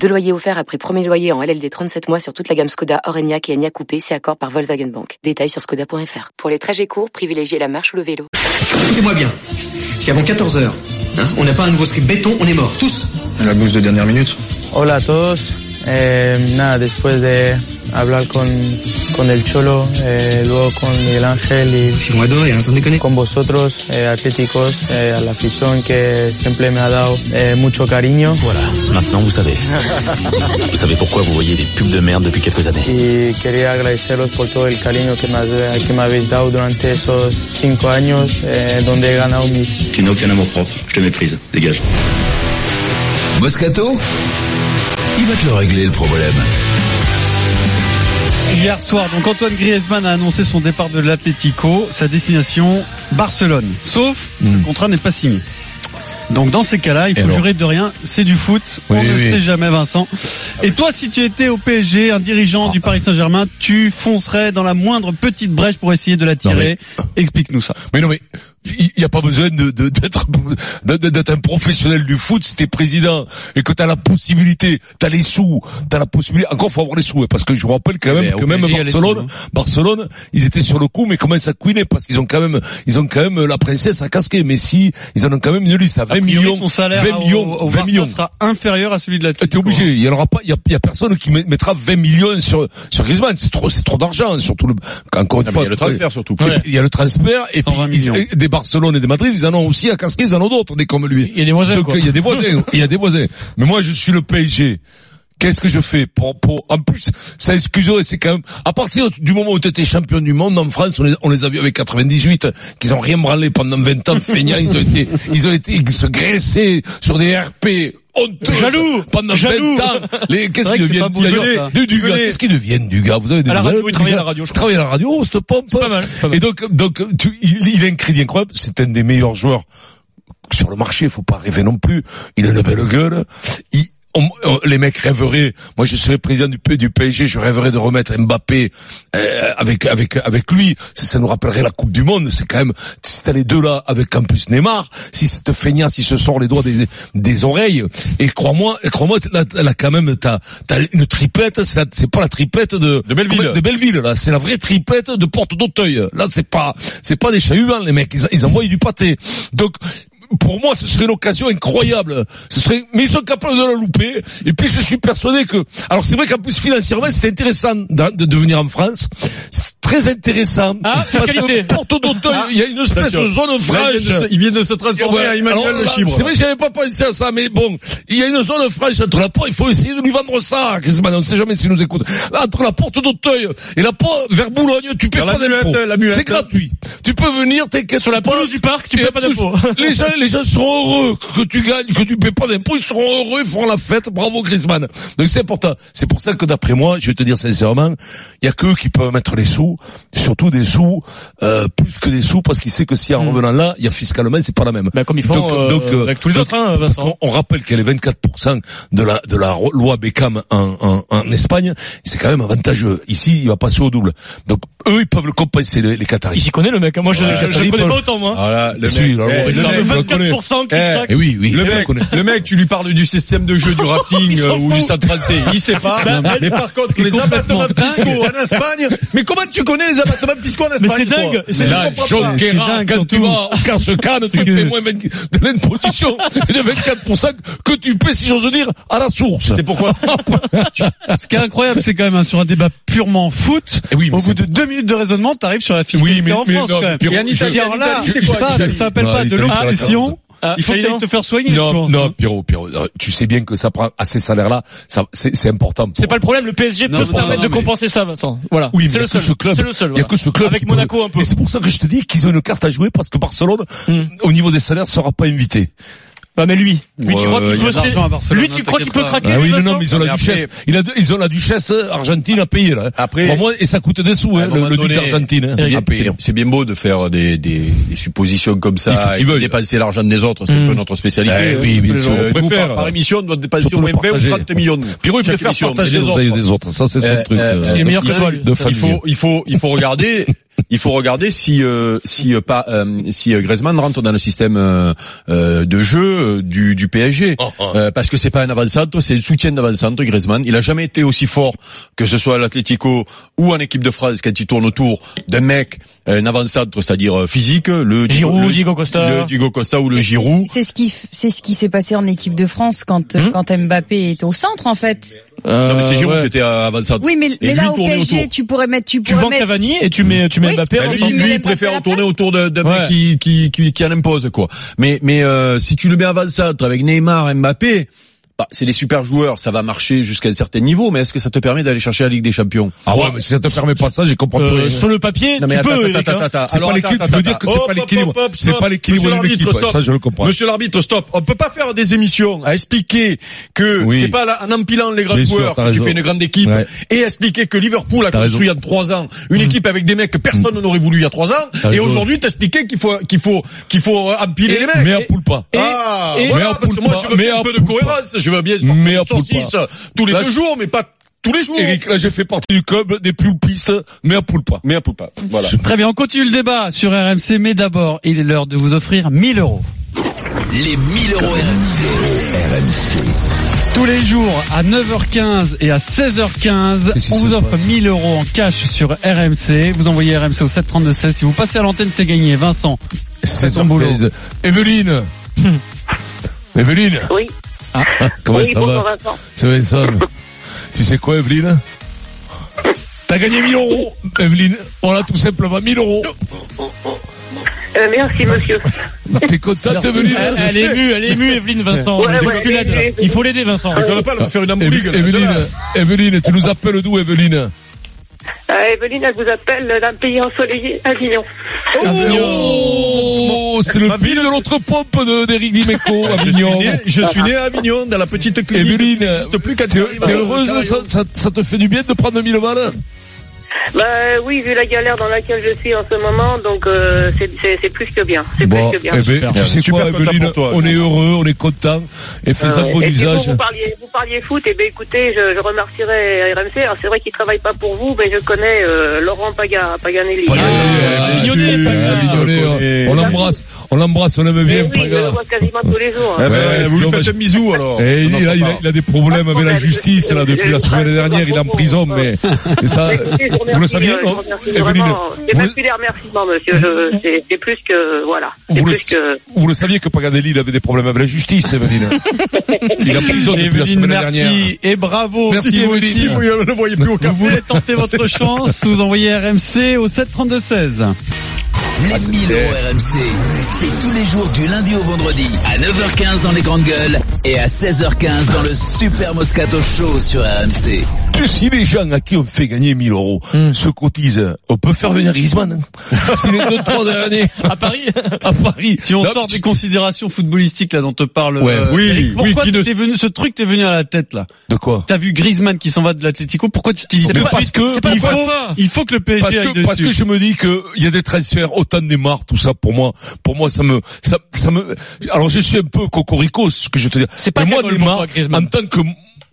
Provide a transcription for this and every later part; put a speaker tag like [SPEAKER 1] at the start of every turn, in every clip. [SPEAKER 1] Deux loyers offerts après premier loyer en LLD 37 mois sur toute la gamme Skoda, Orenia et Enya Coupé, si accord par Volkswagen Bank. Détails sur skoda.fr. Pour les trajets courts, privilégiez la marche ou le vélo.
[SPEAKER 2] Écoutez-moi bien. Si avant 14h, hein, on n'a pas un nouveau script béton, on est mort, tous.
[SPEAKER 3] La bouse de dernière minute.
[SPEAKER 4] Hola a todos. Eh, nada, después de hablar con, con el Cholo, eh, luego con Miguel Ángel y
[SPEAKER 2] Ils vont adorer, hein, sans déconner.
[SPEAKER 4] con vosotros, eh, atléticos, eh, a la afición que siempre me ha dado eh, mucho cariño
[SPEAKER 5] Voilà, maintenant vous savez. vous savez pourquoi vous voyez des pubs de merde depuis quelques années.
[SPEAKER 4] y quería agradeceros por todo el cariño que me, has- que me habéis dado durante esos cinco años eh, donde he ganado mis,
[SPEAKER 3] Tu n'as aucun amour propre, je te méprise, dégage.
[SPEAKER 6] Moscato Il va te le régler le problème.
[SPEAKER 7] Hier soir, donc Antoine Griezmann a annoncé son départ de l'Atlético, sa destination Barcelone. Sauf,
[SPEAKER 8] Hmm.
[SPEAKER 7] le contrat n'est pas signé. Donc dans ces cas-là, il faut jurer de rien, c'est du foot, on ne sait jamais Vincent. Et toi, si tu étais au PSG, un dirigeant du Paris Saint-Germain, tu foncerais dans la moindre petite brèche pour essayer de la tirer. Explique-nous ça.
[SPEAKER 9] Mais non, mais il n'y a pas besoin de de- d'être de- de- d'être un professionnel du foot si t'es président et que t'as la possibilité, t'as les sous, t'as la possibilité. Encore faut avoir les sous, hein, parce que je vous rappelle quand
[SPEAKER 7] Eh
[SPEAKER 9] même
[SPEAKER 8] ben,
[SPEAKER 9] que
[SPEAKER 8] au
[SPEAKER 9] même
[SPEAKER 8] PSG, il y a les
[SPEAKER 9] Barcelone,
[SPEAKER 7] hein.
[SPEAKER 9] Barcelone, ils étaient sur le coup, mais comment ça couinait parce qu'ils ont quand même, ils ont quand même la princesse à casquer. Mais si, ils en ont quand même une liste à 20
[SPEAKER 7] A priori,
[SPEAKER 9] millions,
[SPEAKER 7] son salaire
[SPEAKER 9] 20
[SPEAKER 7] au-
[SPEAKER 9] millions,
[SPEAKER 7] au
[SPEAKER 9] 20
[SPEAKER 7] Barça
[SPEAKER 9] millions.
[SPEAKER 7] sera inférieur à
[SPEAKER 8] Ah,
[SPEAKER 7] celui de
[SPEAKER 9] Euh, T'es
[SPEAKER 7] l'Atlético. hein.
[SPEAKER 9] obligé. Il y en aura pas. Il y a, il y a personne qui met- mettra 20 millions sur sur Griezmann. C'est trop, c'est trop d'argent. Surtout le. Encore une
[SPEAKER 8] Ah, mais
[SPEAKER 9] fois,
[SPEAKER 8] il y a le transfert surtout.
[SPEAKER 9] Et puis, Il y a le transfert et puis
[SPEAKER 7] 120
[SPEAKER 9] ils-
[SPEAKER 7] millions.
[SPEAKER 9] et des Barcelone et des Madrid, ils en ont aussi à casquer, ils en ont d'autres, des comme lui. Il y a des voisins. Donc, il y a des voisins. il y a des voisins. Mais moi, je suis le PSG. Qu'est-ce que je fais pour, pour, en plus, ça excuserait, c'est quand même, à partir du moment où tu étais champion du monde en France, on les, on les a vus avec 98, qu'ils ont rien branlé pendant 20 ans, feignants, ils ont été, ils ont été, ils se graissaient sur des RP honteux.
[SPEAKER 7] Jaloux,
[SPEAKER 9] Pendant
[SPEAKER 7] jaloux.
[SPEAKER 9] 20 ans. Les, qu'est-ce
[SPEAKER 7] vrai
[SPEAKER 9] qu'ils
[SPEAKER 7] que c'est
[SPEAKER 9] deviennent,
[SPEAKER 7] pas bousculé,
[SPEAKER 9] d'ailleurs,
[SPEAKER 7] ça.
[SPEAKER 9] du, du gars,
[SPEAKER 7] Bousculé.
[SPEAKER 9] qu'est-ce qu'ils deviennent du gars? Vous avez des
[SPEAKER 8] À la radio,
[SPEAKER 9] nouvelles
[SPEAKER 8] il
[SPEAKER 9] du
[SPEAKER 8] travaille à
[SPEAKER 9] gars
[SPEAKER 8] la radio, je crois.
[SPEAKER 9] travaille à la radio, cette pompe.
[SPEAKER 8] pas mal, pas mal.
[SPEAKER 9] Et donc, donc, tu- il, il est un crédit incroyable. C'est un des meilleurs joueurs sur le marché. Faut pas rêver non plus. Il a une belle gueule. Il- on- on- les mecs rêveraient. Moi, je serais président du, P- du PSG. Je rêverais de remettre Mbappé euh, avec avec avec lui. Ça, ça nous rappellerait la Coupe du Monde. C'est quand même si t'as les deux là avec en plus Neymar. Si cette feignasse, il se sort les doigts des des oreilles. Et crois-moi, et crois-moi, là, là quand même, t'as t'as une triplette. C'est la- c'est pas la triplette de
[SPEAKER 8] De Belleville.
[SPEAKER 9] de Belleville, là. C'est la vraie triplette de Porte d'Auteuil. Là, c'est pas, c'est pas des chahuvans, les mecs. Ils, ils envoient du pâté. Donc, pour moi, ce serait une occasion incroyable. Ce serait, mais ils sont capables de la louper. Et puis, je suis persuadé que, alors c'est vrai qu'en plus, financièrement, c'est intéressant d'a- de, devenir en France. C'est très intéressant.
[SPEAKER 8] Ah,
[SPEAKER 9] Parce
[SPEAKER 8] fiscalité. Ah,
[SPEAKER 9] que Porte d'Auteuil, il y a une espèce
[SPEAKER 8] Attention.
[SPEAKER 9] de zone
[SPEAKER 8] Là, il vient de
[SPEAKER 9] franche.
[SPEAKER 8] se- Il vient de se transformer
[SPEAKER 9] Ouais,
[SPEAKER 8] à
[SPEAKER 9] alors
[SPEAKER 8] Emmanuel
[SPEAKER 9] là,
[SPEAKER 8] Le Chibre.
[SPEAKER 9] C'est vrai, j'avais pas pensé à ça, mais bon, il y a une zone franche entre la porte, il faut essayer de lui vendre ça, Griezmann, on sait jamais s'il nous écoute. Là, entre la porte d'Auteuil et la porte vers Boulogne, tu payes
[SPEAKER 8] Vers la
[SPEAKER 9] pas d'impôts.
[SPEAKER 8] muette, la muette.
[SPEAKER 9] C'est gratuit. Tu peux venir, t'inquiète. Sur la
[SPEAKER 8] pelouse du parc, tu payes pas d'impôts.
[SPEAKER 9] Les gens, les gens seront heureux que tu gagnes, que tu payes pas d'impôts, ils seront heureux, ils feront la fête, bravo Griezmann. Donc c'est important. C'est pour ça que d'après moi, je vais te dire sincèrement, il y a que qui peuvent mettre les sous, surtout des sous, euh, plus que des sous, parce qu'il sait que si en revenant là, il y a fiscalement, c'est pas la même.
[SPEAKER 8] Bah, Hmm. comme ils font
[SPEAKER 9] Donc,
[SPEAKER 8] euh,
[SPEAKER 9] donc, euh,
[SPEAKER 8] avec tous les
[SPEAKER 9] donc,
[SPEAKER 8] autres, hein,
[SPEAKER 9] Parce
[SPEAKER 8] Vincent.
[SPEAKER 9] qu'on on rappelle qu'elle est 24% de la, de la ro- loi Beckham en, en, en Espagne. C'est quand même avantageux. Ici, il va passer au double. Donc, eux, ils peuvent le compenser, les, les
[SPEAKER 8] Il
[SPEAKER 9] Qataris.
[SPEAKER 8] s'y connaît le mec. hein. Moi, je
[SPEAKER 9] Ouais,
[SPEAKER 8] je- je
[SPEAKER 9] Tony
[SPEAKER 8] le connais
[SPEAKER 9] Paul.
[SPEAKER 8] pas autant, moi.
[SPEAKER 9] Voilà,
[SPEAKER 8] le mec, eh, le mec, je le connais. 24% qui
[SPEAKER 9] Eh,
[SPEAKER 8] craque.
[SPEAKER 9] eh oui, oui,
[SPEAKER 8] Le
[SPEAKER 9] je
[SPEAKER 8] mec,
[SPEAKER 9] connais.
[SPEAKER 8] le mec, tu lui parles du système de jeu du Racing euh, ou du Stade Français, il sait pas. mais par contre, les abattements fiscaux en Espagne, mais comment tu connais les abattements fiscaux en Espagne
[SPEAKER 7] c'est
[SPEAKER 8] toi
[SPEAKER 7] dingue, c'est-
[SPEAKER 8] Mais
[SPEAKER 9] Là,
[SPEAKER 8] je comprends pas.
[SPEAKER 9] Jonquera,
[SPEAKER 7] dingue,
[SPEAKER 9] quand tu
[SPEAKER 7] surtout.
[SPEAKER 9] vas au casse-canne, tu
[SPEAKER 7] que-
[SPEAKER 9] paies moins 20 de l'imposition et de 24% que tu paies, si j'ose dire, à la source.
[SPEAKER 8] C'est pourquoi
[SPEAKER 7] Ce qui est incroyable, c'est quand même hein, sur un débat purement foot.
[SPEAKER 9] Eh oui, mais
[SPEAKER 7] au
[SPEAKER 9] c'est-
[SPEAKER 7] bout de deux minutes de raisonnement, t'arrives sur la fiscalité
[SPEAKER 9] Oui, mais-
[SPEAKER 7] en
[SPEAKER 9] mais
[SPEAKER 7] France
[SPEAKER 9] non,
[SPEAKER 7] quand même.
[SPEAKER 9] Pierrot,
[SPEAKER 7] Et en
[SPEAKER 9] je-
[SPEAKER 7] Italie, alors là,
[SPEAKER 9] je-
[SPEAKER 7] c'est
[SPEAKER 9] je-
[SPEAKER 7] quoi
[SPEAKER 9] je-
[SPEAKER 7] ça, ça s'appelle
[SPEAKER 9] Non,
[SPEAKER 7] pas de
[SPEAKER 9] l'Italie, c'est la
[SPEAKER 7] l'option. Il faut peut-être te faire soigner, je
[SPEAKER 9] Non,
[SPEAKER 7] pense.
[SPEAKER 9] non, Pierrot, Pierrot, non, tu sais bien que ça prend, à ces salaires-là, ça, c'est, c'est important. pour-
[SPEAKER 8] C'est pas le problème, le PSG
[SPEAKER 7] Non,
[SPEAKER 8] peut se
[SPEAKER 7] non,
[SPEAKER 8] permettre
[SPEAKER 7] non,
[SPEAKER 8] de
[SPEAKER 7] mais-
[SPEAKER 8] compenser ça, Vincent. Voilà.
[SPEAKER 9] Oui, mais
[SPEAKER 8] c'est
[SPEAKER 9] il y a
[SPEAKER 8] le
[SPEAKER 9] que
[SPEAKER 8] seul.
[SPEAKER 9] ce club.
[SPEAKER 8] C'est le seul.
[SPEAKER 9] Il y a
[SPEAKER 8] voilà.
[SPEAKER 9] que ce club.
[SPEAKER 8] Avec
[SPEAKER 9] qui peut-
[SPEAKER 8] Monaco un peu.
[SPEAKER 9] Et c'est pour ça que je te dis qu'ils ont une carte à jouer parce que Barcelone,
[SPEAKER 8] Hmm.
[SPEAKER 9] au niveau des salaires, sera pas invité.
[SPEAKER 8] Non mais lui, lui tu crois qu'il
[SPEAKER 7] il y a
[SPEAKER 8] peut,
[SPEAKER 7] de
[SPEAKER 8] se-
[SPEAKER 7] l'argent à Barcelone,
[SPEAKER 8] lui tu
[SPEAKER 7] hein,
[SPEAKER 8] crois qu'il peut
[SPEAKER 7] t'inquiète pas.
[SPEAKER 8] craquer
[SPEAKER 9] Ah oui,
[SPEAKER 8] lui,
[SPEAKER 9] non, non,
[SPEAKER 8] Vincent
[SPEAKER 9] mais ils ont la
[SPEAKER 8] Mais après-
[SPEAKER 9] duchesse. Il a, de- ils ont la duchesse euh, argentine à payer, là.
[SPEAKER 10] Après-
[SPEAKER 9] Vraiment, et ça coûte des sous,
[SPEAKER 10] À
[SPEAKER 9] hein,
[SPEAKER 10] un
[SPEAKER 9] le,
[SPEAKER 10] moment
[SPEAKER 9] le duc
[SPEAKER 10] donné,
[SPEAKER 9] d'Argentine,
[SPEAKER 10] c'est
[SPEAKER 9] hein,
[SPEAKER 10] bien-
[SPEAKER 9] à payer.
[SPEAKER 10] c'est- Ah, C'est bien beau de faire des, des, des suppositions comme
[SPEAKER 9] Il faut
[SPEAKER 10] ça.
[SPEAKER 9] qu'ils
[SPEAKER 10] et de
[SPEAKER 9] veulent.
[SPEAKER 10] dépenser l'argent des autres, c'est
[SPEAKER 9] Mm.
[SPEAKER 10] un peu notre spécialité.
[SPEAKER 9] Eh
[SPEAKER 10] hein.
[SPEAKER 9] oui, mais
[SPEAKER 10] Euh,
[SPEAKER 9] sûr, on
[SPEAKER 10] nous,
[SPEAKER 9] préfère.
[SPEAKER 10] Par, par émission, on doit dépenser
[SPEAKER 9] Surtout
[SPEAKER 10] au moins
[SPEAKER 9] le
[SPEAKER 10] 20 ou
[SPEAKER 9] partager.
[SPEAKER 10] 30 millions.
[SPEAKER 9] Pierrot, il
[SPEAKER 10] Chaque
[SPEAKER 9] préfère
[SPEAKER 10] émission,
[SPEAKER 9] partager
[SPEAKER 10] mais
[SPEAKER 9] les oreilles des autres. Ça, c'est son
[SPEAKER 10] Euh,
[SPEAKER 9] truc,
[SPEAKER 10] euh,
[SPEAKER 9] euh,
[SPEAKER 10] ce qui est meilleur que toi,
[SPEAKER 9] de
[SPEAKER 10] lui. Il
[SPEAKER 9] famille.
[SPEAKER 10] faut, il faut, il faut regarder. Il faut regarder si euh, si euh, pas euh, si euh, Griezmann rentre dans le système euh, euh, de jeu euh, du, du PSG
[SPEAKER 8] Oh,
[SPEAKER 10] Euh, parce que c'est pas un avant-centre, c'est le soutien d'avant-centre Griezmann. Il a jamais été aussi fort que ce soit à l'Atlético ou en équipe de France quand il tourne autour d'un mec euh, un avant-centre, c'est-à-dire euh, physique, le
[SPEAKER 8] Giroud, euh,
[SPEAKER 10] le-
[SPEAKER 8] Diego Costa.
[SPEAKER 10] le Diego Costa ou le Giroud.
[SPEAKER 11] C'est ce qui, f- c'est ce qui s'est passé en équipe de France quand, euh, quand Mbappé est au centre, en fait.
[SPEAKER 10] non mais c'est Giroud
[SPEAKER 8] ouais.
[SPEAKER 10] qui était euh, avant-centre.
[SPEAKER 11] Oui, mais,
[SPEAKER 10] Et
[SPEAKER 11] mais
[SPEAKER 10] lui
[SPEAKER 11] là, au
[SPEAKER 10] tournait
[SPEAKER 11] PSG,
[SPEAKER 10] autour.
[SPEAKER 11] tu pourrais mettre, tu
[SPEAKER 8] Tu
[SPEAKER 11] pourrais
[SPEAKER 8] vends
[SPEAKER 11] mettre.
[SPEAKER 8] Cavani et tu mets tu mets
[SPEAKER 11] Oui.
[SPEAKER 8] Mbappé.
[SPEAKER 10] Bah,
[SPEAKER 8] ensemble.
[SPEAKER 10] lui, lui, il préfère tourner autour de- d'un mec
[SPEAKER 8] Ouais.
[SPEAKER 10] qui, qui, qui, qui en impose quoi. Mais mais euh, si tu le mets avant centre avec Neymar, Mbappé, bah, c'est des super joueurs, ça va marcher jusqu'à un certain niveau. Mais est-ce que ça te permet d'aller chercher la Ligue des Champions
[SPEAKER 9] Ah ouais, mais si ça te permet pas ça, j'y comprends
[SPEAKER 8] Euh,
[SPEAKER 9] plus hein. rien.
[SPEAKER 8] sur le papier,
[SPEAKER 10] Non, mais
[SPEAKER 8] tu
[SPEAKER 10] attends,
[SPEAKER 8] peux.
[SPEAKER 10] attends,
[SPEAKER 8] Eric,
[SPEAKER 10] attends,
[SPEAKER 8] hein.
[SPEAKER 10] attends, attends.
[SPEAKER 9] C'est pas
[SPEAKER 10] Alors,
[SPEAKER 9] l'équipe,
[SPEAKER 10] attends,
[SPEAKER 9] je veux
[SPEAKER 10] attends,
[SPEAKER 9] dire que c'est
[SPEAKER 10] attends.
[SPEAKER 9] pas
[SPEAKER 10] Hop,
[SPEAKER 9] l'équilibre.
[SPEAKER 10] hop, hop,
[SPEAKER 9] C'est
[SPEAKER 10] stop.
[SPEAKER 9] pas l'équilibre
[SPEAKER 10] Monsieur
[SPEAKER 9] de
[SPEAKER 10] l'arbitre,
[SPEAKER 9] l'équipe,
[SPEAKER 10] stop.
[SPEAKER 9] ça, je le comprends.
[SPEAKER 10] Monsieur l'arbitre, stop. On peut pas faire des émissions à expliquer que
[SPEAKER 9] Oui.
[SPEAKER 10] c'est pas là, en empilant les grands
[SPEAKER 9] Bien sûr,
[SPEAKER 10] joueurs
[SPEAKER 9] t'as
[SPEAKER 10] que tu
[SPEAKER 9] raison.
[SPEAKER 10] fais une grande équipe
[SPEAKER 9] Ouais.
[SPEAKER 10] et expliquer que Liverpool a
[SPEAKER 9] T'as
[SPEAKER 10] construit il y
[SPEAKER 9] raison. Mmh.
[SPEAKER 10] a trois ans une équipe avec des mecs que personne n'aurait voulu il y a trois ans
[SPEAKER 9] T'as
[SPEAKER 10] et
[SPEAKER 9] raison.
[SPEAKER 10] aujourd'hui t'expliquer qu'il faut qu'il faut qu'il faut euh, empiler les mecs.
[SPEAKER 9] Mais à poule pas.
[SPEAKER 8] Et-
[SPEAKER 10] ah,
[SPEAKER 8] et-
[SPEAKER 10] voilà,
[SPEAKER 9] mais
[SPEAKER 10] parce que
[SPEAKER 9] on
[SPEAKER 10] moi
[SPEAKER 9] peut
[SPEAKER 10] je veux
[SPEAKER 9] pas.
[SPEAKER 10] bien
[SPEAKER 9] Mais
[SPEAKER 10] un peu
[SPEAKER 9] on
[SPEAKER 10] de
[SPEAKER 9] peut
[SPEAKER 10] cohérence, je veux bien
[SPEAKER 9] Mais
[SPEAKER 10] sortir
[SPEAKER 9] on
[SPEAKER 10] une
[SPEAKER 9] peut
[SPEAKER 10] saucisse tous les
[SPEAKER 9] Là,
[SPEAKER 10] deux
[SPEAKER 9] je-
[SPEAKER 10] jours, mais pas tous les jours.
[SPEAKER 9] Eric, là, j'ai fait partie du club des pulpistes, mais à poule pas.
[SPEAKER 10] Mais un peu pas. Voilà.
[SPEAKER 7] Très bien, on continue le débat sur RMC, mais d'abord, il est l'heure de vous offrir 1000 euros.
[SPEAKER 6] Les 1000 euros RMC.
[SPEAKER 7] Tous les jours, à 9h15 et à 16h15,
[SPEAKER 9] Qu'est-ce que
[SPEAKER 7] on
[SPEAKER 9] ça
[SPEAKER 7] vous
[SPEAKER 9] se
[SPEAKER 7] offre
[SPEAKER 9] passe
[SPEAKER 7] 1000 euros en cash sur RMC. Vous envoyez RMC au 732-16. Si vous passez à l'antenne, c'est gagné. Vincent,
[SPEAKER 9] C'est
[SPEAKER 7] ton boulot.
[SPEAKER 9] Evelyne. Evelyne.
[SPEAKER 12] Oui.
[SPEAKER 9] Ah, comment ça
[SPEAKER 12] bonjour
[SPEAKER 9] va?
[SPEAKER 12] Vincent.
[SPEAKER 9] C'est Vincent. Tu sais quoi, Evelyne? T'as gagné 1000 euros, Evelyne. Voilà, tout simplement 1000 euros.
[SPEAKER 12] Euh, merci monsieur.
[SPEAKER 9] T'es contente,
[SPEAKER 8] Elle,
[SPEAKER 9] Evelyne?
[SPEAKER 8] elle est émue, elle est émue, Evelyne Vincent.
[SPEAKER 12] Ouais, ouais,
[SPEAKER 8] Tu l'aides, là.
[SPEAKER 12] ouais, ouais.
[SPEAKER 8] Il faut l'aider, Vincent.
[SPEAKER 10] On va pas leur faire une embrouille.
[SPEAKER 9] Eve- Evelyne, Evelyne, tu nous appelles d'où, Evelyne?
[SPEAKER 12] Euh, Evelyne, elle vous appelle d'un pays ensoleillé, Avignon.
[SPEAKER 9] Oh, c'est le pile de l'autre pompe de- d'Éric Dimeco,
[SPEAKER 10] Je suis,
[SPEAKER 9] Avignon.
[SPEAKER 10] né, je suis né à Avignon, dans la petite clinique.
[SPEAKER 9] Evelyne,
[SPEAKER 10] qui n'existe plus qu'à
[SPEAKER 9] t'es
[SPEAKER 10] Thierry.
[SPEAKER 9] t'es heureuse? Ça, ça- ça te fait du bien de prendre 1000 balles?
[SPEAKER 12] Bah oui, vu la galère dans laquelle je suis en ce moment, donc euh, c'est- c'est c'est plus que bien. C'est
[SPEAKER 9] Bon,
[SPEAKER 12] plus que bien.
[SPEAKER 9] eh ben, tu sais
[SPEAKER 10] Super
[SPEAKER 9] quoi,
[SPEAKER 10] content
[SPEAKER 9] Evelyne,
[SPEAKER 10] pour toi,
[SPEAKER 9] on est
[SPEAKER 10] Evelyne.
[SPEAKER 9] heureux, on est content, et fais-en
[SPEAKER 12] Ouais. Euh,
[SPEAKER 9] bon
[SPEAKER 12] Et puis vous,
[SPEAKER 9] usage.
[SPEAKER 12] Vous, parliez, vous parliez foot, et bien écoutez, je, je remercierai RMC. Alors c'est vrai qu'il travaille pas pour vous, mais je connais euh, Laurent Paga, Paganelli.
[SPEAKER 9] Voilà,
[SPEAKER 12] Ah,
[SPEAKER 9] euh,
[SPEAKER 8] Mignonnet,
[SPEAKER 9] euh,
[SPEAKER 8] Paga.
[SPEAKER 9] Mignonnet,
[SPEAKER 10] On connaît.
[SPEAKER 9] on l'embrasse, on l'embrasse, on l'aime
[SPEAKER 12] mais
[SPEAKER 9] bien,
[SPEAKER 12] Eh oui, je le
[SPEAKER 9] Paga.
[SPEAKER 12] vois quasiment tous les jours.
[SPEAKER 10] Eh
[SPEAKER 12] hein.
[SPEAKER 10] ben,
[SPEAKER 9] Ouais,
[SPEAKER 10] vous lui
[SPEAKER 9] sinon,
[SPEAKER 10] faites
[SPEAKER 9] bah,
[SPEAKER 10] un bisou alors.
[SPEAKER 9] Et
[SPEAKER 10] On
[SPEAKER 9] il,
[SPEAKER 10] n'entend
[SPEAKER 9] il a,
[SPEAKER 10] pas.
[SPEAKER 9] il a des problèmes avec la justice là depuis la semaine dernière, il est en prison, mais et ça,
[SPEAKER 12] Écoutez, je vous
[SPEAKER 9] Ah, vous le
[SPEAKER 12] remercie,
[SPEAKER 9] saviez,
[SPEAKER 12] euh, je
[SPEAKER 9] non
[SPEAKER 12] vous remercie
[SPEAKER 9] Evelyne,
[SPEAKER 12] vraiment. C'est
[SPEAKER 9] vous,
[SPEAKER 12] même plus des remerciements, monsieur. Je- c'est- C'est plus que voilà. C'est
[SPEAKER 9] Vous le-
[SPEAKER 12] plus que.
[SPEAKER 9] vous le saviez que Pagadelli il avait des problèmes avec la justice, Evelyne. Il est en prison depuis la
[SPEAKER 7] Evelyne,
[SPEAKER 9] semaine
[SPEAKER 7] merci
[SPEAKER 9] dernière.
[SPEAKER 7] et bravo.
[SPEAKER 9] Merci,
[SPEAKER 7] Timothy.
[SPEAKER 9] Evelyne.
[SPEAKER 10] Oui, on ne le voyait plus au
[SPEAKER 7] Vous
[SPEAKER 10] café.
[SPEAKER 7] voulez tenter votre chance, vous envoyez RMC au 732-16.
[SPEAKER 6] Les 1000 euros RMC, c'est tous les jours du lundi au vendredi à 9h15 dans les grandes gueules et à 16h15 dans le Super Moscato Show sur RMC.
[SPEAKER 9] Que si les gens à qui on fait gagner 1000 euros se cotisent, on peut faire venir Griezmann. hein. si les deux, trois derniers
[SPEAKER 8] À Paris.
[SPEAKER 9] à Paris.
[SPEAKER 7] Si on
[SPEAKER 9] Non,
[SPEAKER 7] sort des
[SPEAKER 9] tu-
[SPEAKER 7] considérations footballistiques là dont te parle, euh,
[SPEAKER 9] Ouais, oui,
[SPEAKER 7] Eric,
[SPEAKER 9] oui,
[SPEAKER 7] pourquoi
[SPEAKER 9] qui ne-
[SPEAKER 7] t'es venu, ce truc t'es venu à la tête là
[SPEAKER 9] De quoi
[SPEAKER 7] T'as vu Griezmann qui s'en va de l'Atlético, pourquoi tu t'es dit
[SPEAKER 9] C'est
[SPEAKER 7] de-
[SPEAKER 9] pas- parce que-
[SPEAKER 7] il, faut,
[SPEAKER 9] c'est pas
[SPEAKER 7] il faut que le PSG
[SPEAKER 9] parce
[SPEAKER 7] aille
[SPEAKER 9] que
[SPEAKER 7] dessus.
[SPEAKER 9] parce que je me dis que il y a des transferts autant Neymar tout ça pour moi pour moi ça me ça, ça me alors je suis un peu cocorico ce que je te dis
[SPEAKER 8] C'est pas
[SPEAKER 9] mais moi
[SPEAKER 8] Gabol pour
[SPEAKER 9] Neymar
[SPEAKER 8] toi, Griezmann.
[SPEAKER 9] en tant que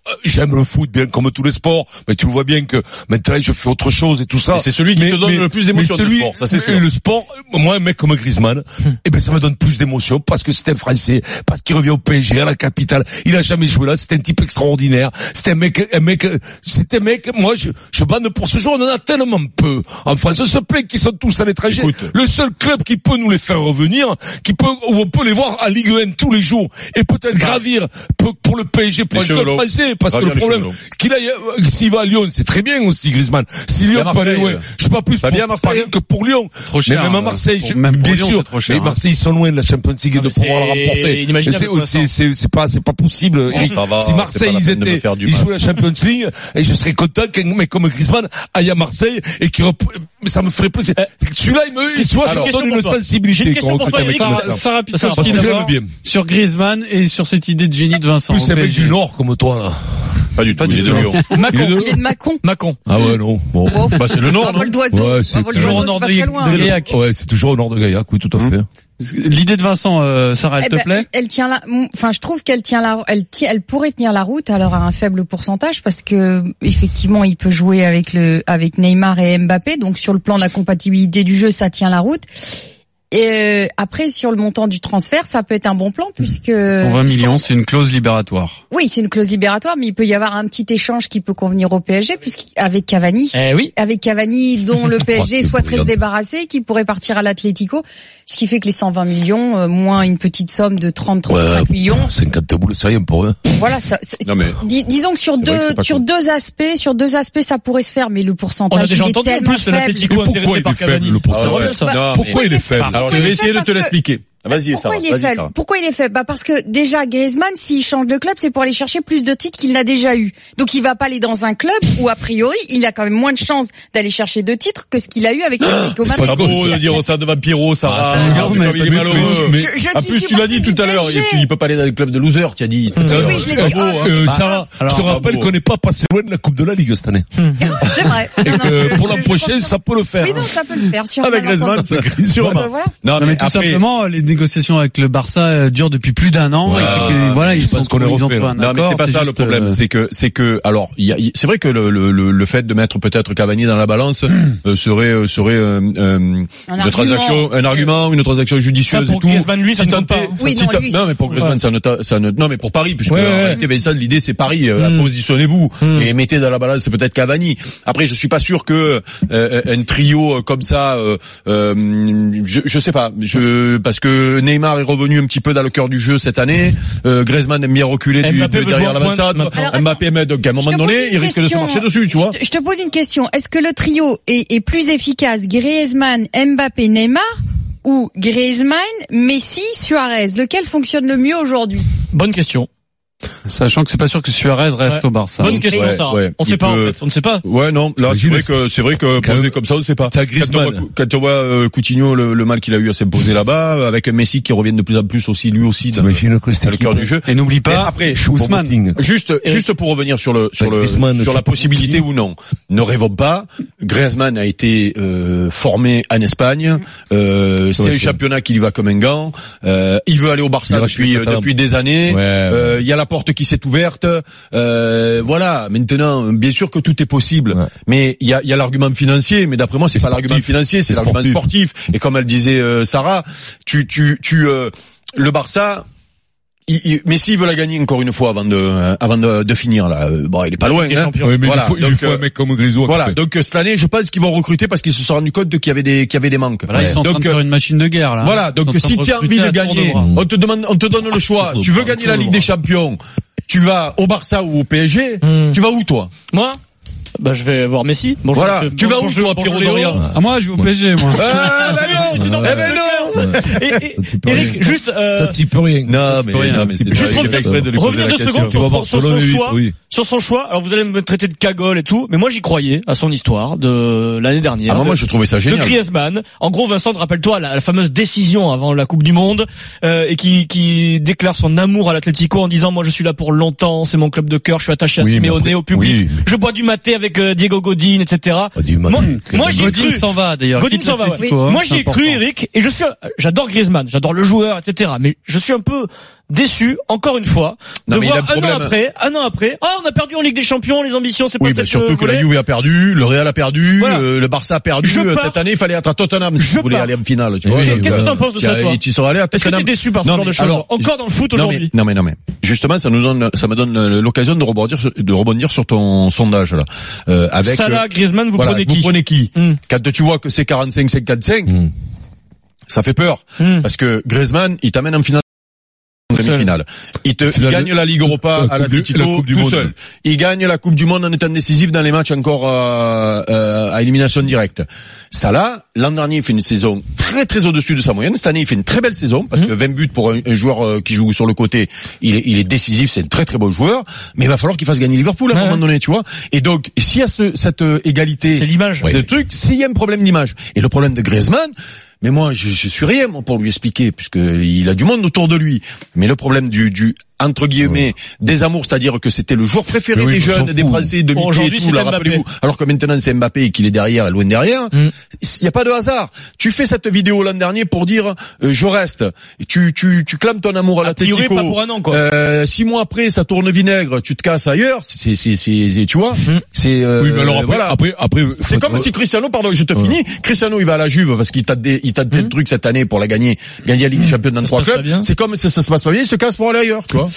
[SPEAKER 9] euh, J'aime le foot bien comme tous les sports, mais tu le vois bien que maintenant je fais autre chose et tout ça.
[SPEAKER 10] Et c'est celui qui te donne le plus d'émotion
[SPEAKER 9] mais
[SPEAKER 10] du
[SPEAKER 9] celui-
[SPEAKER 10] sport, ça, c'est
[SPEAKER 9] mais
[SPEAKER 10] sûr.
[SPEAKER 9] Le sport, euh, moi un mec comme Griezmann, eh ben ça me donne plus d'émotion parce que c'est un Français, parce qu'il revient au PSG à la capitale. Il a jamais joué là, c'est un type extraordinaire. C'est un mec, un mec, euh, c'est un mec. Moi je, je bande pour ce jour, on en a tellement peu en France. On se plaint qu'ils sont tous à l'étranger.
[SPEAKER 10] Écoute.
[SPEAKER 9] Le seul club qui peut nous les faire revenir, qui peut où on peut les voir à Ligue 1 tous les jours et peut-être gravir pour, pour le PSG pour
[SPEAKER 10] Bah. Les
[SPEAKER 9] un club
[SPEAKER 10] Chevelots.
[SPEAKER 9] français.
[SPEAKER 6] jouer parce
[SPEAKER 9] Ça
[SPEAKER 6] que
[SPEAKER 9] va
[SPEAKER 6] le
[SPEAKER 9] bien, les
[SPEAKER 6] problème,
[SPEAKER 9] cheveux
[SPEAKER 6] qu'il aille, euh, s'il va à Lyon, c'est très bien aussi Griezmann. Si
[SPEAKER 9] Il y
[SPEAKER 6] Lyon
[SPEAKER 9] a
[SPEAKER 6] peut aller
[SPEAKER 9] Marseille,
[SPEAKER 6] loin,
[SPEAKER 9] euh.
[SPEAKER 6] je sais pas plus
[SPEAKER 9] Pas
[SPEAKER 6] pour
[SPEAKER 9] bien à Marseille.
[SPEAKER 6] Paris que pour Lyon.
[SPEAKER 9] Trop cher,
[SPEAKER 6] mais même à
[SPEAKER 9] euh,
[SPEAKER 6] Marseille,
[SPEAKER 9] pour-
[SPEAKER 6] je-
[SPEAKER 9] même pour
[SPEAKER 6] bien
[SPEAKER 9] Lyon,
[SPEAKER 6] sûr.
[SPEAKER 9] c'est trop cher,
[SPEAKER 6] mais
[SPEAKER 9] hein.
[SPEAKER 6] Marseille, ils sont loin de la Champions League et de pouvoir la remporter.
[SPEAKER 9] inimaginable
[SPEAKER 6] Et c'est-
[SPEAKER 9] pour l'instant.
[SPEAKER 6] C'est c'est- c'est pas, c'est pas possible.
[SPEAKER 9] Oh,
[SPEAKER 6] Eric.
[SPEAKER 9] ça va,
[SPEAKER 6] si
[SPEAKER 9] c'est pas
[SPEAKER 6] Marseille,
[SPEAKER 9] la
[SPEAKER 6] ils
[SPEAKER 9] peine de me
[SPEAKER 6] étaient,
[SPEAKER 9] faire du
[SPEAKER 6] ils
[SPEAKER 9] mal.
[SPEAKER 6] jouent la Champions League, et je serais content qu'un mec comme Griezmann aille à Marseille et qui reprenne, mais ça me ferait plaisir.
[SPEAKER 9] Euh,
[SPEAKER 6] Celui-là, il me, il- tu vois, ça
[SPEAKER 13] Alors,
[SPEAKER 6] me donne
[SPEAKER 13] j'ai une
[SPEAKER 6] une
[SPEAKER 13] question pour toi.
[SPEAKER 6] sensibilité.
[SPEAKER 13] J'ai une question
[SPEAKER 6] qu'on
[SPEAKER 13] pour
[SPEAKER 6] recrute
[SPEAKER 13] toi,
[SPEAKER 6] un mec
[SPEAKER 13] Eric.
[SPEAKER 6] comme
[SPEAKER 13] Sarah-
[SPEAKER 6] ça.
[SPEAKER 13] Sarah Pitocchi
[SPEAKER 6] Parce que je
[SPEAKER 13] d'abord.
[SPEAKER 6] l'aime bien.
[SPEAKER 13] Sur Griezmann et sur cette idée de génie de Vincent.
[SPEAKER 6] Plus c'est un mec du Nord
[SPEAKER 13] comme toi.
[SPEAKER 9] Pas du tout.
[SPEAKER 13] il est de Lyon.
[SPEAKER 6] Il est de-
[SPEAKER 11] Il est de Macon.
[SPEAKER 6] Macon. Ah ouais, non. Bon.
[SPEAKER 11] Bon.
[SPEAKER 6] Bah, c'est le
[SPEAKER 11] Ah,
[SPEAKER 6] nord, non
[SPEAKER 11] vol d'oiseau. Ah,
[SPEAKER 6] Ouais, c'est
[SPEAKER 11] vol d'oiseau, c'est pas très loin. hein.
[SPEAKER 6] Ouais, c'est toujours au nord de Gaillac, oui, tout à
[SPEAKER 9] Hein
[SPEAKER 6] fait.
[SPEAKER 13] L'idée de Vincent, euh, Sarah, elle
[SPEAKER 11] Eh
[SPEAKER 13] te
[SPEAKER 11] ben,
[SPEAKER 13] plaît
[SPEAKER 11] elle tient la, enfin, je trouve qu'elle tient la, elle, ti- elle pourrait tenir la route, alors à un faible pourcentage, parce que effectivement, il peut jouer avec le, avec Neymar et Mbappé, donc sur le plan de la compatibilité du jeu, ça tient la route. Et euh, après, sur le montant du transfert, ça peut être un bon plan puisque
[SPEAKER 13] 120 millions, c'est une clause libératoire.
[SPEAKER 11] oui, c'est une clause libératoire, mais il peut y avoir un petit échange qui peut convenir au PSG, puisqu'avec Cavani,
[SPEAKER 7] Eh oui.
[SPEAKER 11] avec Cavani dont le PSG
[SPEAKER 7] c'est
[SPEAKER 11] souhaiterait se
[SPEAKER 7] brillant.
[SPEAKER 11] débarrasser, qui pourrait partir à l'Atlético, ce qui fait que les 120 millions, euh, moins une petite somme de 30-35 millions,
[SPEAKER 6] 50 boules, c'est rien pour eux.
[SPEAKER 11] voilà. Ça, c'est-
[SPEAKER 6] Non, mais.
[SPEAKER 11] Dis- disons que sur
[SPEAKER 6] C'est vrai que
[SPEAKER 11] deux
[SPEAKER 6] c'est pas
[SPEAKER 11] sur
[SPEAKER 6] con.
[SPEAKER 11] deux aspects, sur deux aspects, ça pourrait se faire, mais le pourcentage
[SPEAKER 7] On a déjà
[SPEAKER 11] il est
[SPEAKER 7] entendu en
[SPEAKER 11] tellement
[SPEAKER 7] plus
[SPEAKER 11] faible.
[SPEAKER 7] l'Atlético
[SPEAKER 6] Mais pourquoi
[SPEAKER 7] intéressé
[SPEAKER 6] il est
[SPEAKER 7] par
[SPEAKER 6] faible,
[SPEAKER 7] Cavani.
[SPEAKER 6] le pourcentage
[SPEAKER 7] Ah ouais, ça.
[SPEAKER 11] Bah,
[SPEAKER 7] Non,
[SPEAKER 6] pourquoi
[SPEAKER 7] mais-
[SPEAKER 6] il est faible
[SPEAKER 7] Alors je
[SPEAKER 6] Pourquoi il
[SPEAKER 7] vais
[SPEAKER 6] est
[SPEAKER 7] essayer de
[SPEAKER 11] faible
[SPEAKER 7] te
[SPEAKER 11] Parce que-
[SPEAKER 7] l'expliquer. Vas-y,
[SPEAKER 11] Pourquoi
[SPEAKER 7] Sarah.
[SPEAKER 11] il est
[SPEAKER 7] Vas-y,
[SPEAKER 11] faible
[SPEAKER 7] Sarah.
[SPEAKER 11] Pourquoi il est faible Bah parce que déjà Griezmann, s'il change de club, c'est pour aller chercher plus de titres qu'il n'a déjà eu. Donc il va pas aller dans un club où a priori il a quand même moins de chances d'aller chercher de titres que ce qu'il a eu avec l'Atlético
[SPEAKER 9] C'est pas
[SPEAKER 11] Madrid.
[SPEAKER 9] beau de dire ça devant Pierrot, Sarah.
[SPEAKER 6] Ah,
[SPEAKER 9] Regarde
[SPEAKER 6] mais-
[SPEAKER 9] comme il est
[SPEAKER 6] mais-
[SPEAKER 9] malheureux.
[SPEAKER 6] mais-
[SPEAKER 11] Je- je
[SPEAKER 9] en
[SPEAKER 11] suis
[SPEAKER 9] plus, tu l'as dit tout à l'heure.
[SPEAKER 11] PSG.
[SPEAKER 9] Tu dis pas parler dans les clubs de losers, tu as
[SPEAKER 7] Mmh.
[SPEAKER 9] dit. tout à
[SPEAKER 11] Oui,
[SPEAKER 9] l'heure.
[SPEAKER 11] oui, je l'ai
[SPEAKER 9] C'est pas
[SPEAKER 11] dit.
[SPEAKER 9] beau,
[SPEAKER 11] Ah,
[SPEAKER 9] hein.
[SPEAKER 6] Euh,
[SPEAKER 9] Bah,
[SPEAKER 6] Sarah, je
[SPEAKER 9] alors,
[SPEAKER 6] te
[SPEAKER 9] pas
[SPEAKER 6] rappelle
[SPEAKER 9] beau.
[SPEAKER 6] qu'on n'est pas passé loin de la Coupe de la Ligue cette année.
[SPEAKER 11] C'est vrai.
[SPEAKER 6] Et
[SPEAKER 11] Non, non,
[SPEAKER 6] que euh,
[SPEAKER 11] je-
[SPEAKER 6] pour la
[SPEAKER 11] je- je
[SPEAKER 6] prochaine,
[SPEAKER 11] pense-
[SPEAKER 6] ça peut le faire. hein.
[SPEAKER 11] Oui, non, ça peut le faire. Sur
[SPEAKER 9] Avec
[SPEAKER 11] un
[SPEAKER 9] Griezmann,
[SPEAKER 11] malentendu.
[SPEAKER 9] c'est sûrement.
[SPEAKER 11] Bah, voilà.
[SPEAKER 9] Non,
[SPEAKER 13] mais,
[SPEAKER 9] mais
[SPEAKER 13] tout
[SPEAKER 9] après-
[SPEAKER 13] simplement, les négociations avec le Barça euh, durent depuis plus d'un an. et c'est que, voilà, ils
[SPEAKER 9] je pense
[SPEAKER 13] sont
[SPEAKER 9] qu'on est
[SPEAKER 13] ils ont trouvé
[SPEAKER 9] refait,
[SPEAKER 13] un
[SPEAKER 9] là. Non, mais
[SPEAKER 13] accord,
[SPEAKER 9] c'est pas ça le
[SPEAKER 13] juste,
[SPEAKER 9] problème.
[SPEAKER 13] euh,
[SPEAKER 9] C'est que, c'est que, alors, il y a- il- c'est vrai que le, le, le, le fait de mettre peut-être Cavani dans la balance euh, serait, euh, serait euh, euh,
[SPEAKER 7] argument.
[SPEAKER 9] une transaction, un argument, une transaction judicieuse.
[SPEAKER 7] Ça, pour
[SPEAKER 9] et tout.
[SPEAKER 7] Griezmann, lui, ça
[SPEAKER 9] Si
[SPEAKER 7] ne compte
[SPEAKER 9] tenté-
[SPEAKER 7] pas, hein. Oui,
[SPEAKER 9] si
[SPEAKER 7] non,
[SPEAKER 9] ta-
[SPEAKER 7] lui,
[SPEAKER 9] non, mais pour
[SPEAKER 7] ouais.
[SPEAKER 9] Griezmann, ça ne, ta- ça ne, non, mais pour Paris, puisque
[SPEAKER 7] Ouais,
[SPEAKER 9] en
[SPEAKER 7] ouais.
[SPEAKER 9] réalité, Vincent, l'idée c'est Paris, euh,
[SPEAKER 7] Mm.
[SPEAKER 9] positionnez-vous et mettez dans la balance peut-être Cavani. Après, je suis pas sûr que euh, un trio euh, comme ça, euh, euh, je, je sais pas, je, parce que Neymar est revenu un petit peu dans le cœur du jeu cette année. Euh, Griezmann aime bien reculer du,
[SPEAKER 7] Mbappé
[SPEAKER 9] de-
[SPEAKER 7] veut
[SPEAKER 9] derrière
[SPEAKER 7] jouer
[SPEAKER 9] la
[SPEAKER 7] en pointe
[SPEAKER 9] Vincent.
[SPEAKER 7] maintenant.
[SPEAKER 11] Alors,
[SPEAKER 9] Mbappé, mais donc à un moment
[SPEAKER 11] Je te pose
[SPEAKER 9] donné,
[SPEAKER 11] une
[SPEAKER 9] il risque de se
[SPEAKER 11] question.
[SPEAKER 9] marcher dessus, tu vois.
[SPEAKER 11] Je, je te pose une question. Est-ce que le trio est, est plus efficace Griezmann, Mbappé, Neymar ou Griezmann, Messi, Suarez Lequel fonctionne le mieux aujourd'hui
[SPEAKER 7] Bonne question.
[SPEAKER 13] Sachant que c'est pas sûr que Suarez reste
[SPEAKER 7] Ouais.
[SPEAKER 13] au Barça.
[SPEAKER 7] Bonne question,
[SPEAKER 9] Ouais,
[SPEAKER 7] Sarah.
[SPEAKER 9] ouais.
[SPEAKER 7] On sait
[SPEAKER 9] Il
[SPEAKER 7] pas, en
[SPEAKER 9] peut-
[SPEAKER 7] fait. On ne sait pas.
[SPEAKER 9] Ouais, non, là, c'est vrai que, c'est vrai que, posé comme ça, on sait pas. Quand on voit, quand on voit, euh, Coutinho, le, le mal qu'il a eu à s'imposer là-bas, avec Messi qui revient de plus en plus aussi, lui aussi, dans, le- dans le cœur du jeu.
[SPEAKER 13] Et n'oublie pas,
[SPEAKER 9] après,
[SPEAKER 13] Ousmane.
[SPEAKER 9] Juste, juste pour revenir sur le, sur le,
[SPEAKER 6] Griezmann,
[SPEAKER 9] sur
[SPEAKER 6] c'est
[SPEAKER 9] la
[SPEAKER 6] pas
[SPEAKER 9] possibilité ou non. Ne rêvons pas. Griezmann a été, euh, formé en Espagne. Euh, c'est
[SPEAKER 6] Ouais,
[SPEAKER 9] un
[SPEAKER 6] c'est-
[SPEAKER 9] championnat qui lui va comme un gant. Euh, il veut aller au Barça
[SPEAKER 6] Il
[SPEAKER 9] depuis,
[SPEAKER 6] respecte
[SPEAKER 9] euh,
[SPEAKER 6] pas.
[SPEAKER 9] depuis des années.
[SPEAKER 6] Ouais, ouais.
[SPEAKER 9] Euh, Il y a la porte qui s'est ouverte. Euh, voilà. Maintenant, bien sûr que tout est possible, mais il y a, il y a l'argument financier. Mais d'après moi, c'est pas l'argument financier, c'est
[SPEAKER 6] C'est
[SPEAKER 9] l'argument
[SPEAKER 6] sportif.
[SPEAKER 9] sportif. Et comme elle disait euh, Sarah, tu, tu, tu, euh, le Barça. Il, il, Messi veut la gagner encore une fois avant de euh, avant de, de finir là. Euh, Bon, il est pas loin.
[SPEAKER 6] Ligue des
[SPEAKER 9] hein. euh,
[SPEAKER 6] Champions. Oui, mais il faut- il lui faut un mec comme Grisou à
[SPEAKER 9] Voilà.
[SPEAKER 6] côté.
[SPEAKER 9] Donc euh, cette année, je pense qu'ils vont recruter parce qu'ils se sont rendus compte de qu'il y avait des qu'il y avait des manques.
[SPEAKER 13] Voilà, ils sont en
[SPEAKER 9] donc
[SPEAKER 13] train de faire une machine de guerre, là. hein.
[SPEAKER 9] voilà, donc
[SPEAKER 13] Ils sont en
[SPEAKER 9] si
[SPEAKER 13] train
[SPEAKER 9] tu as envie
[SPEAKER 13] recruter
[SPEAKER 9] de
[SPEAKER 13] à tour
[SPEAKER 9] gagner,
[SPEAKER 13] bras.
[SPEAKER 9] on te demande, on te donne le choix. Tu veux gagner la Ligue des Champions, tu vas au Barça ou au PSG, tu vas où toi
[SPEAKER 7] Moi Bah, je vais voir Messi. Bonjour,
[SPEAKER 9] Voilà,
[SPEAKER 7] monsieur.
[SPEAKER 9] tu vas où
[SPEAKER 7] Bonjour,
[SPEAKER 9] toi,
[SPEAKER 7] bonjour,
[SPEAKER 9] Pierrot
[SPEAKER 7] Léo.
[SPEAKER 9] Dorian
[SPEAKER 13] Ah, moi, je vais au PSG, moi.
[SPEAKER 9] Ah, bah non, c'est dans- eh ben non
[SPEAKER 7] Et- et- Eric, juste, euh,
[SPEAKER 6] Ça t'y peut rien.
[SPEAKER 9] Non, mais, non, mais c'est
[SPEAKER 6] Juste
[SPEAKER 9] j'ai
[SPEAKER 6] revenir-
[SPEAKER 9] fait exprès de lui poser
[SPEAKER 7] Revenir
[SPEAKER 9] la
[SPEAKER 7] deux
[SPEAKER 9] question.
[SPEAKER 7] secondes sur, son- sur son
[SPEAKER 6] Barcelone, oui,
[SPEAKER 7] choix.
[SPEAKER 6] oui.
[SPEAKER 7] Sur son choix. Alors vous allez me traiter de cagole et tout, mais moi j'y croyais à son histoire de l'année dernière.
[SPEAKER 9] Ah, moi,
[SPEAKER 7] de-
[SPEAKER 9] moi, je trouvais ça génial.
[SPEAKER 7] De Griezmann. En gros, Vincent, rappelle-toi la, la fameuse décision avant la Coupe du Monde euh, et qui, qui déclare son amour à l'Atlético en disant moi je suis là pour longtemps, c'est mon club de cœur, je suis attaché à
[SPEAKER 6] Oui, mais
[SPEAKER 7] Simeone,
[SPEAKER 6] après-
[SPEAKER 7] au public,
[SPEAKER 6] oui, mais-
[SPEAKER 7] je bois du maté avec euh, Diego Godin, etc. moi, moi j'y ai
[SPEAKER 13] Godin
[SPEAKER 7] cru.
[SPEAKER 13] s'en va, d'ailleurs.
[SPEAKER 7] Godin
[SPEAKER 13] Quitte
[SPEAKER 7] s'en va.
[SPEAKER 13] l'Atlético,
[SPEAKER 7] ouais.
[SPEAKER 13] hein,
[SPEAKER 7] Moi
[SPEAKER 13] c'est
[SPEAKER 7] j'y ai cru,
[SPEAKER 13] important.
[SPEAKER 7] Eric, et je suis, j'adore Griezmann, j'adore le joueur, etc. Mais je suis un peu déçu, encore une fois, de
[SPEAKER 9] Non, mais il
[SPEAKER 7] voir
[SPEAKER 9] a un
[SPEAKER 7] un
[SPEAKER 9] problème. hein.
[SPEAKER 7] an après, un an après, oh on a perdu en Ligue des Champions, les ambitions, c'est pas
[SPEAKER 9] Oui,
[SPEAKER 7] cette,
[SPEAKER 9] bah,
[SPEAKER 7] euh,
[SPEAKER 9] surtout que la
[SPEAKER 7] volée.
[SPEAKER 9] Juve a perdu, le Real a perdu,
[SPEAKER 7] Voilà.
[SPEAKER 9] euh, le Barça a perdu.
[SPEAKER 7] Je
[SPEAKER 9] Euh,
[SPEAKER 7] pars.
[SPEAKER 9] Cette année, il fallait être à Tottenham si
[SPEAKER 7] Je
[SPEAKER 9] vous voulez
[SPEAKER 7] pars.
[SPEAKER 9] aller en finale. tu
[SPEAKER 7] Oui,
[SPEAKER 9] vois.
[SPEAKER 7] oui,
[SPEAKER 9] Donc,
[SPEAKER 7] qu'est-ce que
[SPEAKER 9] euh,
[SPEAKER 7] t'en penses de
[SPEAKER 9] tu
[SPEAKER 7] ça,
[SPEAKER 9] as-
[SPEAKER 7] toi
[SPEAKER 9] et Tu seras allé à
[SPEAKER 7] Est-ce que
[SPEAKER 9] Tottenham.
[SPEAKER 7] t'es déçu par ce
[SPEAKER 9] Non,
[SPEAKER 7] genre
[SPEAKER 9] mais
[SPEAKER 7] de choses
[SPEAKER 9] alors,
[SPEAKER 7] Encore dans le foot
[SPEAKER 9] non, mais-
[SPEAKER 7] aujourd'hui.
[SPEAKER 9] Non mais non mais justement, ça nous donne, ça me donne euh, l'occasion de rebondir, sur- de rebondir sur ton sondage là. Euh, avec
[SPEAKER 7] Salah,
[SPEAKER 9] euh,
[SPEAKER 7] Griezmann, vous
[SPEAKER 9] voilà,
[SPEAKER 7] prenez qui
[SPEAKER 9] Vous prenez qui
[SPEAKER 7] Hmm.
[SPEAKER 9] Quand tu vois que c'est 45,
[SPEAKER 7] hum, Hmm.
[SPEAKER 9] 55, ça fait peur parce que Griezmann, il t'amène en finale.
[SPEAKER 7] C'est
[SPEAKER 9] demi-finale. Il te il gagne la Ligue Europa
[SPEAKER 6] la
[SPEAKER 9] à
[SPEAKER 6] Euh, Coupe du-
[SPEAKER 9] l'Atlético
[SPEAKER 6] la Coupe du
[SPEAKER 9] tout
[SPEAKER 6] Monde.
[SPEAKER 9] seul. Il gagne la Coupe du Monde en étant décisif dans les matchs encore euh, euh, à élimination directe. Salah, l'an dernier, il fait une saison très très au-dessus de sa moyenne. Cette année, il fait une très belle saison parce que 20 buts pour un, un joueur euh, qui joue sur le côté, il est, il est décisif, c'est un très très bon joueur. Mais il va falloir qu'il fasse gagner Liverpool à un moment donné, tu vois. Et donc, s'il y a ce- cette euh, égalité, c'est l'image, de truc. S'il y a un problème d'image et le problème de Griezmann. Mais moi, je, je suis rien moi, pour lui expliquer, puisque il a du monde autour de lui. Mais le problème du, du entre guillemets des amours, c'est-à-dire que c'était le joueur préféré
[SPEAKER 6] Mais oui,
[SPEAKER 9] des
[SPEAKER 6] mais on
[SPEAKER 9] jeunes,
[SPEAKER 6] s'en
[SPEAKER 9] des
[SPEAKER 6] fout.
[SPEAKER 9] Français, de
[SPEAKER 6] Bon,
[SPEAKER 9] Mickey et
[SPEAKER 6] aujourd'hui,
[SPEAKER 9] tout,
[SPEAKER 6] c'est
[SPEAKER 9] là,
[SPEAKER 6] Mbappé.
[SPEAKER 9] rappelez-vous. Alors que maintenant c'est Mbappé et qu'il est derrière, et loin derrière,
[SPEAKER 7] Mm.
[SPEAKER 9] il n'y a pas de hasard. Tu fais cette vidéo l'an dernier pour dire euh, je reste. Et Tu tu tu clames ton amour à la
[SPEAKER 7] priori, pas pour un an, quoi.
[SPEAKER 9] Euh, six mois après, ça tourne vinaigre, tu te casses ailleurs. C'est c'est c'est c'est- tu vois. C'est euh,
[SPEAKER 6] Oui, mais alors après-
[SPEAKER 9] voilà.
[SPEAKER 6] après- après,
[SPEAKER 9] c'est
[SPEAKER 6] faut-
[SPEAKER 9] comme si Cristiano, pardon, je te finis. Cristiano, il va à la Juve parce qu'il t'a des- il
[SPEAKER 6] Hmm.
[SPEAKER 9] t'a des trucs cette année pour la gagner, gagner la Ligue des Champions dans trois clubs. C'est comme ça, ça se passe pas bien, il se casse pour aller ailleurs, tu vois.